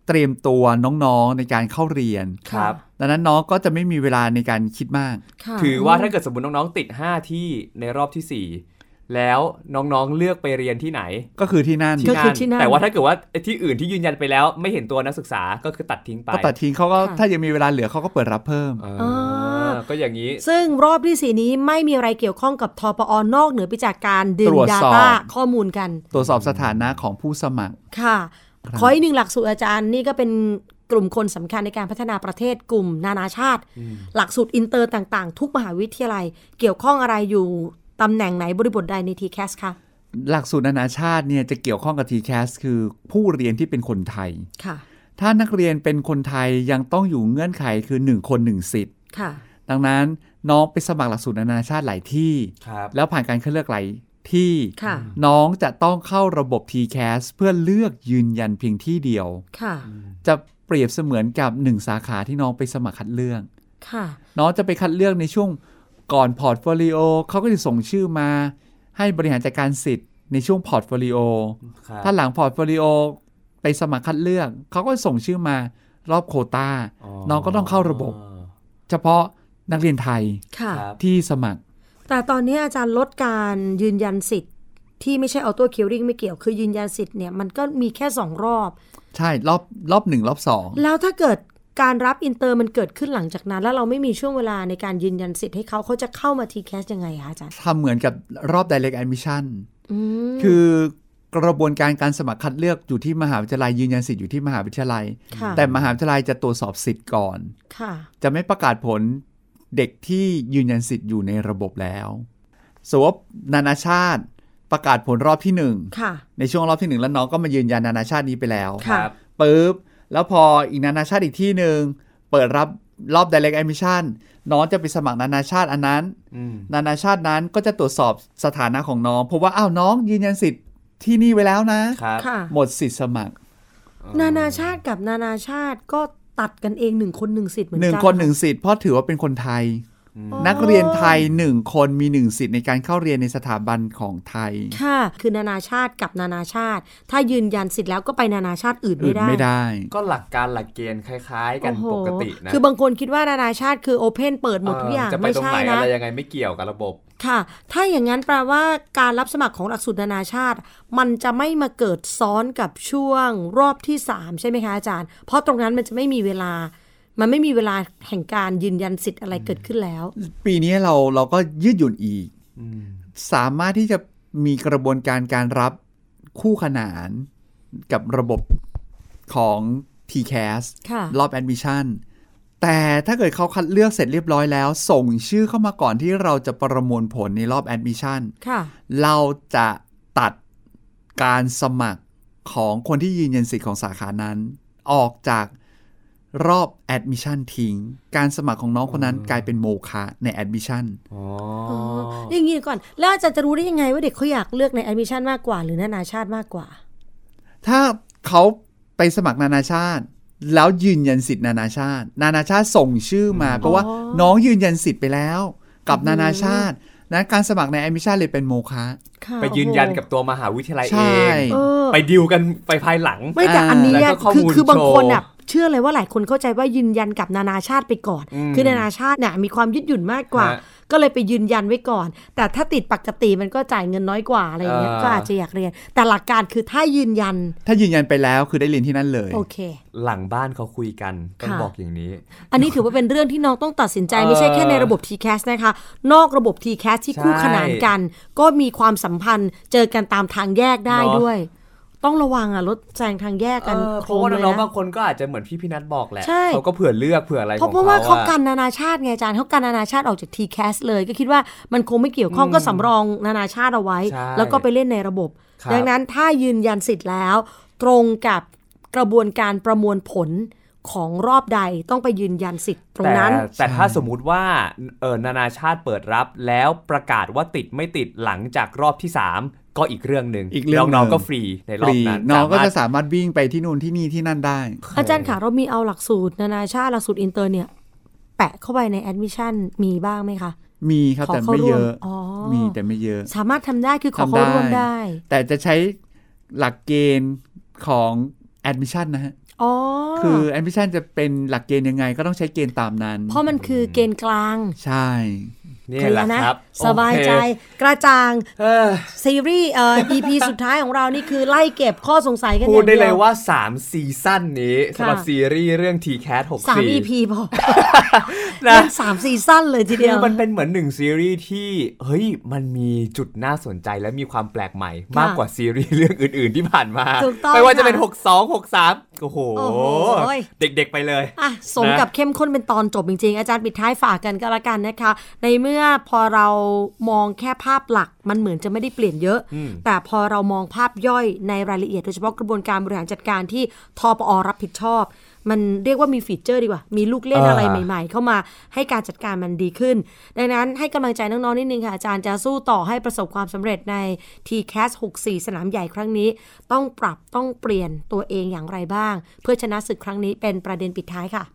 Speaker 4: เตรียมตัวน้องๆในการเข้าเรียน
Speaker 3: ครับ
Speaker 4: ดังนั้นน้องก็จะไม่มีเวลาในการคิดมาก
Speaker 2: ค่ะ
Speaker 3: ถือว่าถ้าเกิดสมมติน้องๆติด 5 ที่ในรอบที่ 4 แล้วน้องๆเลือกไปเรียนที่ไหน
Speaker 4: ก็คือที่นั่น
Speaker 2: ก็คือที่นั่น
Speaker 3: แต่ว่าถ้าเกิดว่าไอ้ที่อื่นที่ยืนยันไปแล้ว ไม่เห็นตัวนักศึกษาก็คือตัดทิ้งไป
Speaker 4: ก็ตัดทิ้งเขาก็
Speaker 2: ค่ะ
Speaker 4: ถ้ายังมีเวลาเหลือเขาก็เปิดรับเพิ่ม
Speaker 3: เออ
Speaker 2: เออ
Speaker 3: ก็อย่างนี้
Speaker 2: ซึ่งรอบที่สีนี้ไม่มีอะไรเกี่ยวข้องกับทปอนอกเหนือไปจากการดึง
Speaker 4: ตรวจสอบ
Speaker 2: Data ข้อมูลกัน
Speaker 4: ตรวจสอบสถานะของผู้สมัคร
Speaker 2: ค่ะ
Speaker 4: ครับ
Speaker 2: ขออีกหนึ่งหลักสูตรอาจารย์นี่ก็เป็นกลุ่มคนสำคัญในการพัฒนาประเทศกลุ่มนานาชาติ หลักสูตรอินเตอร์ต่าง ๆ ทุกมหาวิทยาลัย เกี่ยวข้องอะไรอยู่ตำแหน่งไหนบริบทใดใน t c a s คะ
Speaker 4: หลักสูตรนานาชาติเนี่ยจะเกี่ยวข้องกับ TCAS คือผู้เรียนที่เป็นคนไทย
Speaker 2: ค่ะ
Speaker 4: ถ้านักเรียนเป็นคนไทยยังต้องอยู่เงื่อนไขคือ 1 คน 1 สิทธิ์
Speaker 2: ค่ะ
Speaker 4: ดังนั้นน้องไปสมัครหลักสูตรนานาชาติหลายที่
Speaker 3: ครับ
Speaker 4: แล้วผ่านการคัดเลือกหลายที่
Speaker 2: ค่ะ
Speaker 4: น้องจะต้องเข้าระบบ TCAS เพื่อเลือกยืนยันเพียงที่เดียว
Speaker 2: ค่ะ
Speaker 4: จะเปรียบเสมือนกับ 1 สาขาที่น้องไปสมัครคัดเลือก
Speaker 2: ค่ะ
Speaker 4: น้องจะไปคัดเลือกในช่วงก่อนพอร์ตโฟลิโอเขาก็จะส่งชื่อมา ให้บริหารจัดการสิทธิ์ในช่วงพอร์ตโฟลิโอ
Speaker 3: ครับ
Speaker 4: ถ้าหลังพอร์ตโฟลิโอไปสมัครคัดเลือก เขาก็ส่งชื่อมารอบโควตา
Speaker 3: อ๋อ
Speaker 4: น้องก็ต้องเข้าระบบ เฉพาะนักเรียนไทย
Speaker 2: ค่ะ
Speaker 3: ครับ
Speaker 4: ที่สมัคร
Speaker 2: แต่ตอนนี้อาจารย์ลดการยืนยันสิทธิ์ที่ไม่ใช่ออโต้คิวริงไม่เกี่ยวคือยืนยันสิทธิ์เนี่ยมันก็มีแค่สองรอบ
Speaker 4: ใช่รอบรอบหนึ่งรอบสอง
Speaker 2: แล้วถ้าเกิดการรับอินเตอร์มันเกิดขึ้นหลังจากนั้น แล้วเราไม่มีช่วงเวลาในการยืนยันสิทธิ์ให้เขาเขาจะเข้ามาทีแคสยังไงคะอาจารย์
Speaker 4: ทำเหมือนกับรอบ direct admission
Speaker 2: อืม
Speaker 4: คือกระบวนการการสมัครคัดเลือกอยู่ที่มหาวิทยาลัยยืนยันสิทธิ์อยู่ที่มหาวิทยาลัย
Speaker 2: ค่ะ
Speaker 4: แต่มหาวิทยาลัยจะตรวจสอบสิทธิ์ก่อน
Speaker 2: ค่ะ
Speaker 4: จะไม่ประกาศผลเด็กที่ยืนยันสิทธิ์อยู่ในระบบแล้วสมมติวบนานาชาติประกาศผลรอบที่หนึ่ง
Speaker 2: ค่ะ
Speaker 4: ในช่วงรอบที่หนึ่งแล้วน้องก็มายืนยันนานาชาตินี้ไปแล้ว
Speaker 3: ค
Speaker 2: ค่ะ
Speaker 3: รับ
Speaker 4: ปึ๊บแล้วพออีกนานาชาติอีกที่หนึ่งเปิดรับรอบ direct admission น้องจะไปสมัครนานาชาติอันนั้น
Speaker 3: อืม
Speaker 4: นานาชาตินั้นก็จะตรวจสอบสถานะของน้องเพราะว่าอ้าวน้องยืนยันสิทธิ์ที่นี่ไว้แล้วนะ
Speaker 3: ครับ
Speaker 2: ค่ะ
Speaker 4: หมดสิทธิ์สมัคร
Speaker 2: นานาชาติกับนานาชาติก็ตัดกันเองหนึ่งคนหนึ่งสิทธิ์เหมือน
Speaker 4: ห
Speaker 2: กั
Speaker 4: นึ่งคนหนึ่งสิทธิ์เพราะถือว่าเป็นคนไทย
Speaker 2: อ๋อ
Speaker 4: นักเรียนไทย 1 คนมี 1 สิทธิ์ในการเข้าเรียนในสถาบันของไทย
Speaker 2: ค่ะ คือนานาชาติกับนานาชาติ ถ้ายืนยันสิทธิ์แล้วก็ไปนานาชาติอื่น
Speaker 4: อื่
Speaker 2: ไม่
Speaker 4: น
Speaker 2: ได้
Speaker 4: ไม่ได้
Speaker 3: ก็หลักการหลักเกณฑ์คล้าย ๆ กัน
Speaker 2: โอ้โห
Speaker 3: ปกตินะ
Speaker 2: คือบางคนคิดว่านานาชาติคือโอเพนเปิดหมดทุกอย่าง
Speaker 3: เจะไป
Speaker 2: ไม่
Speaker 3: ตรง
Speaker 2: ใช่
Speaker 3: ไหน
Speaker 2: นะ
Speaker 3: อะไรยังไงไม่เกี่ยวกับระบบ
Speaker 2: ค่ะ ถ้าอย่างนั้นแปลว่าการรับสมัครของหลักสูตรนานาชาติ มันจะไม่มาเกิดซ้อนกับช่วงรอบที่ 3 ใช่ไหมคะอาจารย์ เพราะตรงนั้นมันจะไม่มีเวลา มันไม่มีเวลาแห่งการยืนยันสิทธิ์อะไรเกิดขึ้นแล้ว
Speaker 4: ปีนี้เราเราก็ยืดหยุ่นอีก สามารถที่จะมีกระบวนการการรับคู่ขนานกับระบบของ TCAS
Speaker 2: ค่ะ
Speaker 4: รอบ Admission แต่ถ้าเกิดเขาคัดเลือกเสร็จเรียบร้อยแล้ว ส่งชื่อเข้ามาก่อนที่เราจะประมวลผลในรอบ Admission
Speaker 2: ค่ะ
Speaker 4: เราจะตัดการสมัครของคนที่ยืนยันสิทธิ์ของสาขานั้น ออกจากรอบ admission ทิ้ง การสมัครของน้องคนนั้นกลายเป็นโมฆะใน admission
Speaker 3: อ๋อ
Speaker 2: อ๋ออย่างนี้ก่อน แล้วอาจารย์จะรู้ได้ยังไงว่าเด็กเขาอยากเลือกในแอดมิชชั่นมากกว่า หรือนานาชาติมากกว่า
Speaker 4: ถ้าเขาไปสมัครนานาชาติ แล้วยืนยันสิทธิ์นานาชาติ นานาชาติส่งชื่อมาเพราะว่าน้องยืนยันสิทธิ์ไปแล้ว กับนานาชาตินะการสมัครใน admission เลยเป็นโมฆะ
Speaker 2: ค่ะ
Speaker 3: ไปยืนยันกับตัวมหาวิทยาลัย
Speaker 4: ใช่
Speaker 3: เอง
Speaker 2: โอ้โหเออ
Speaker 3: ไปดิวกันไปภายหลัง
Speaker 2: ไม่แต่อันนี้
Speaker 3: แล้
Speaker 2: อะ
Speaker 3: วก็ข้อ
Speaker 2: คือ
Speaker 3: มูล
Speaker 2: คือบาง
Speaker 3: โชว์
Speaker 2: คนอะเชื่อเลยว่าหลายคนเข้าใจว่ายืนยันกับนานาชาติไปก่อน
Speaker 3: อืม
Speaker 2: คือนานาชาติเนี่ยมีความยืดหยุ่นมากกว่า
Speaker 3: ฮะ
Speaker 2: ก็เลยไปยืนยันไว้ก่อน แต่ถ้าติดปกติมันก็จ่ายเงินน้อยกว่าอะไรอย่างเงี้ย
Speaker 3: อ่า
Speaker 2: ก็อาจจะอยากเรียน แต่หลักการคือถ้ายืนยัน
Speaker 4: ถ้ายืนยันไปแล้วคือได้เรียนที่นั่นเลย
Speaker 2: โอเค
Speaker 3: หลังบ้านเขาคุยกันต้อง
Speaker 2: ค่ะ
Speaker 3: บอกอย่างนี้
Speaker 2: อันนี้ถือว่าเป็นเรื่องที่น้องต้องตัดสินใจ
Speaker 3: เอ่อ
Speaker 2: ไม่ใช่แค่ในระบบ TCAS นะคะ นอกระบบ TCAS ที่
Speaker 3: ใช่
Speaker 2: คู่ขนานกัน ก็มีความสัมพันธ์เจอกันตามทางแยกได้ด้วย ต้องระวังอ่ะรถแซงทางแยกกัน
Speaker 3: เออเพ
Speaker 2: โค
Speaker 3: ราะว่า
Speaker 2: เลย
Speaker 3: น้องๆ
Speaker 2: นะ
Speaker 3: บางคนก็อาจจะเหมือนพี่พี่นัทบอกแหละ
Speaker 2: ใช่
Speaker 3: เขาก็เผื่อเลือกเผื่ออะไร
Speaker 2: เพ
Speaker 3: ขอ
Speaker 2: ราะ
Speaker 3: ง
Speaker 2: เพราะว่าเขา
Speaker 3: เขา
Speaker 2: กั
Speaker 3: อะ
Speaker 2: นนานาชาติไงอาจารย์เขากันนานาชาติออกจาก TCAS เลยก็คิดว่ามันคงไม่เกี่ยวข้องก็สำรองนานาชาติเอาไว้
Speaker 3: ใช่
Speaker 2: แล้วก็ไปเล่นในระบบ
Speaker 3: ครับ
Speaker 2: ดังนั้นถ้ายืนยันสิทธิ์แล้ว ตรงกับกระบวนการประมวลผลของรอบใดต้องไปยืนยันสิทธิ์ตรงนั้น
Speaker 3: แต่แต่ถ้าสมมุติว่าเออนานาชาติเปิดรับแล้วประกาศว่าติดไม่ติดหลังจากรอบที่ 3 ก็อีกเรื่องหนึ่ง
Speaker 4: อีกเรื่องหนึ่ง
Speaker 3: น้องๆก็ฟรีในร
Speaker 4: ฟ
Speaker 3: อบ
Speaker 4: รี
Speaker 3: นั้น
Speaker 4: น้องก็จะ
Speaker 3: สามารถ
Speaker 4: สามารถวิ่งไปที่นู่นที่นี่ที่นั่นได้
Speaker 2: อาจารย์ค่ะเรามีเอาหลักสูตร นานาชาติหลักสูตรอินเตอร์เนี่ย แปะเข้าไปในแอดมิชชั่นมีบ้างไหมคะ
Speaker 4: มีครับ
Speaker 2: ขอ
Speaker 4: แต่
Speaker 2: เข้า
Speaker 4: ไม่
Speaker 2: ร่วม
Speaker 4: เยอะ
Speaker 2: อ๋อ
Speaker 4: มีแต่ไม่เยอะ
Speaker 2: สามารถทำได้คือขอเข้าร่วมได้
Speaker 4: แต่จะใช้หลักเกณฑ์ของ admission นะฮะ
Speaker 2: อ๋อ
Speaker 4: คือ admission จะเป็นหลักเกณฑ์ยังไงก็ต้องใช้เกณฑ์ตามนั้น
Speaker 2: เพราะมันคือเกณฑ์กลาง
Speaker 4: ใช่
Speaker 3: นี่
Speaker 2: เคลีย
Speaker 3: แหละ
Speaker 2: ร์นะครับ สบายใจ
Speaker 3: โอเค
Speaker 2: กระจ่าง
Speaker 3: เออ
Speaker 2: ซีรีส์เอ่อ EP สุดท้ายของเรานี่คือไล่เก็บข้อสงสัยกันอ
Speaker 3: พูด
Speaker 2: ย่าง
Speaker 3: ได้
Speaker 2: เดี
Speaker 3: เลย
Speaker 2: ยว
Speaker 3: ว่า 3 ซีซั่นนี้สำหรับ
Speaker 2: ค่ะ
Speaker 3: ซีรีส์เรื่อง T-Cat
Speaker 2: สาม EP
Speaker 3: 64
Speaker 2: พอ
Speaker 3: นะ
Speaker 2: เล่นสามซีซั่นเลยที
Speaker 3: คื
Speaker 2: เดีย
Speaker 3: อ
Speaker 2: ว
Speaker 3: มันเป็นเหมือนหนึ่งซีรีส์ที่ เฮ้ย มันมีจุดน่าสนใจและมีความแปลกใหม่ มากกว่าซีรีส์เรื่องอื่น ๆ ที่ผ่านมา
Speaker 2: ถูกต้อง
Speaker 3: ไม่ว่าจะเป็น
Speaker 2: ค่ะ
Speaker 3: 62 63 โอ้โห
Speaker 2: โอ้โห
Speaker 3: เด็ก ๆ ไปเลย
Speaker 2: อ่ะสมกับเข้มข้นเป็นตอนจบจริงๆ อาจารย์ปิดท้ายฝากกันก็แล้วกันนะคะ ในเมื่อพอเรามองแค่ภาพหลักมันเหมือนจะไม่ได้เปลี่ยนเยอะ แต่พอเรามองภาพย่อยในรายละเอียดโดยเฉพาะกระบวนการบริหารจัดการที่ทปอรับผิดชอบ มันเรียกว่ามีฟีเจอร์ดีกว่า มีลูกเล่น
Speaker 3: อ่า
Speaker 2: อะไรใหม่ ๆ เข้ามาให้การจัดการมันดีขึ้น ดังนั้นให้กำลังใจน้องๆนิดนึงค่ะอาจารย์จะสู้ต่อให้ประสบความสำเร็จใน TCAS 64 สนามใหญ่ครั้งนี้ ต้องปรับต้องเปลี่ยนตัวเองอย่างไรบ้าง เพื่อชนะศึกครั้งนี้เป็นประเด็นปิดท้ายค่ะ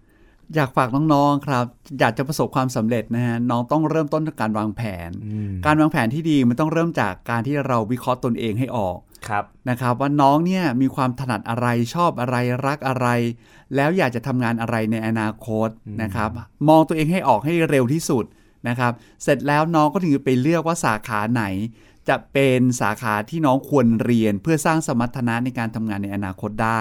Speaker 4: อยากฝากน้องๆครับ อยากจะประสบความสำเร็จนะฮะน้องต้องเริ่มต้นจากการวางแผน การวางแผนที่ดีมันต้องเริ่มจากการที่เราวิเคราะห์ตนเองให้ออก
Speaker 3: ครับ
Speaker 4: นะครับว่าน้องเนี่ยมีความถนัดอะไรชอบอะไรรักอะไร แล้วอยากจะทำงานอะไรในอนาคตนะครับมองตัวเองให้ออกให้เร็วที่สุดนะครับเสร็จแล้วน้องก็ถึงจะไปเลือกว่าสาขาไหน จะเป็นสาขาที่น้องควรเรียนเพื่อสร้างสมรรถนะในการทำงานในอนาคตได้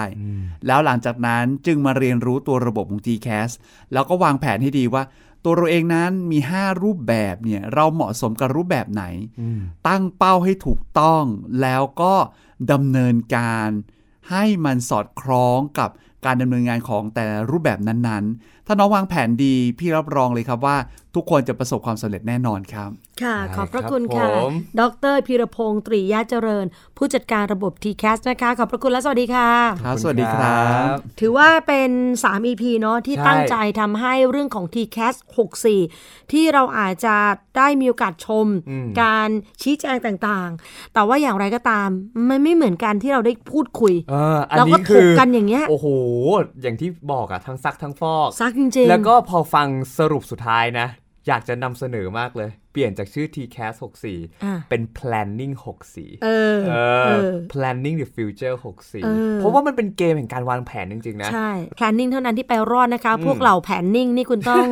Speaker 4: แล้วหลังจากนั้นจึงมาเรียนรู้ตัวระบบของ GCAS แล้วก็วางแผนให้ดีว่า ตัวเราเองนั้นมี 5 รูปแบบเนี่ยเราเหมาะสมกับรูปแบบไหน ตั้งเป้าให้ถูกต้อง แล้วก็ดำเนินการให้มันสอดคล้องกับการดำเนินงานของแต่ละรูปแบบนั้นๆ ถ้าน้องวางแผนดีพี่รับรองเลยครับว่า ทุกคนจะประสบความสำเร็จแน่นอนครับ
Speaker 2: ค่ะ
Speaker 3: ได้
Speaker 2: ขอบพระ
Speaker 3: ครับ
Speaker 2: คุณค่ะ
Speaker 3: ผม
Speaker 2: ดรพีรพงศ์ตรียะเจริญ ผู้จัดการระบบ TCAS นะคะ ขอบพระคุณและสวัสดีค่ะ
Speaker 4: ครับ สวัสดีครับ
Speaker 2: ถือว่าเป็น 3 EP เนาะที่
Speaker 3: ใช่
Speaker 2: ตั้งใจทำให้เรื่องของ TCAS 64 ที่เราอาจจะได้มีโอกาสชม การชี้แจงต่างๆ แต่ว่าอย่างไรก็ตาม มันไม่เหมือนกันที่เราได้พูดคุย
Speaker 3: เอออัน
Speaker 2: เราก็
Speaker 3: นี้
Speaker 2: ถ
Speaker 3: คื
Speaker 2: ก
Speaker 3: อ
Speaker 2: กันอย่างเงี้ย
Speaker 3: โอ้โห อย่างที่บอกอะทั้งซักทั้งฟอก
Speaker 2: ซักจริงๆ
Speaker 3: แล้วก็พอฟังสรุปสุดท้ายนะ อยากจะนำเสนอมากเลย เปลี่ยนจากชื่อ TCAS
Speaker 2: อ่ะ
Speaker 3: 64 เป็น planning 64
Speaker 2: เออ
Speaker 3: เอ
Speaker 2: เอ
Speaker 3: อ
Speaker 2: อ
Speaker 3: planning the future 64
Speaker 2: เออ
Speaker 3: เพราะว่ามันเป็นเกมแห่งการวางแผนจริง ๆ นะ
Speaker 2: ใช่ planning เท่านั้นที่ไปรอดนะคะ พวกเราแผนนิ่งนี่คุณต้อง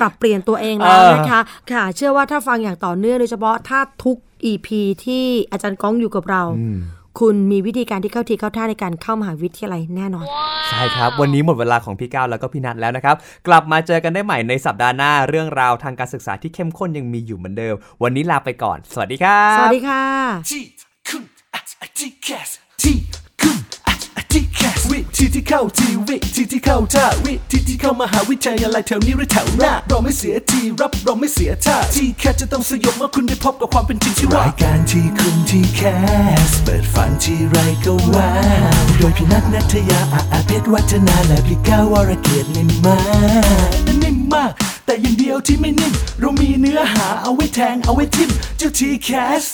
Speaker 2: ปรับเปลี่ยนตัวเองแล้วนะคะ ค่ะ เชื่อว่าถ้าฟังอย่างต่อเนื่องโดยเฉพาะถ้าทุก EP ที่อาจารย์ก้องอยู่กับเรา คุณมีวิธีการที่เข้าทีเข้าท่าในการเข้ามหาวิทยาลัยแน่นอน
Speaker 3: ใช่ครับ วันนี้หมดเวลาของพี่ก้าวแล้วก็พี่นัทแล้วนะครับ กลับมาเจอกันได้ใหม่ในสัปดาห์หน้า เรื่องราวทางการศึกษาที่เข้มข้นยังมีอยู่เหมือนเดิม วันนี้ลาไปก่อน สวัสดีครับ
Speaker 2: สวัสดีค่ะ
Speaker 1: ที่คุณอาจจะแคสที่คุณอาจจะแคสวิธีที่เข้าทีวิธีที่เข้าท่าวิธีที่เข้ามหาวิทยาลัยแถวนี้หรือแถวหน้าเราไม่เสียทีรับเราไม่เสียท่าที่แคสจะต้องสยบเมื่อคุณได้พบกับความเป็นจริงที่ว่ารายการที่คุณที่แคสเปิดฝันที่ไรก็ว้าวโดยพี่นัทนัทยาอาอาเพชรวัฒนาและพี่ก้าววรเกียรตินิ่มมากนิ่มมาก แต่อย่างเดียวที่ไม่นิ่มเรามีเนื้อหาเอาไว้แทงเอาไว้ทิมเจ้าทีแคส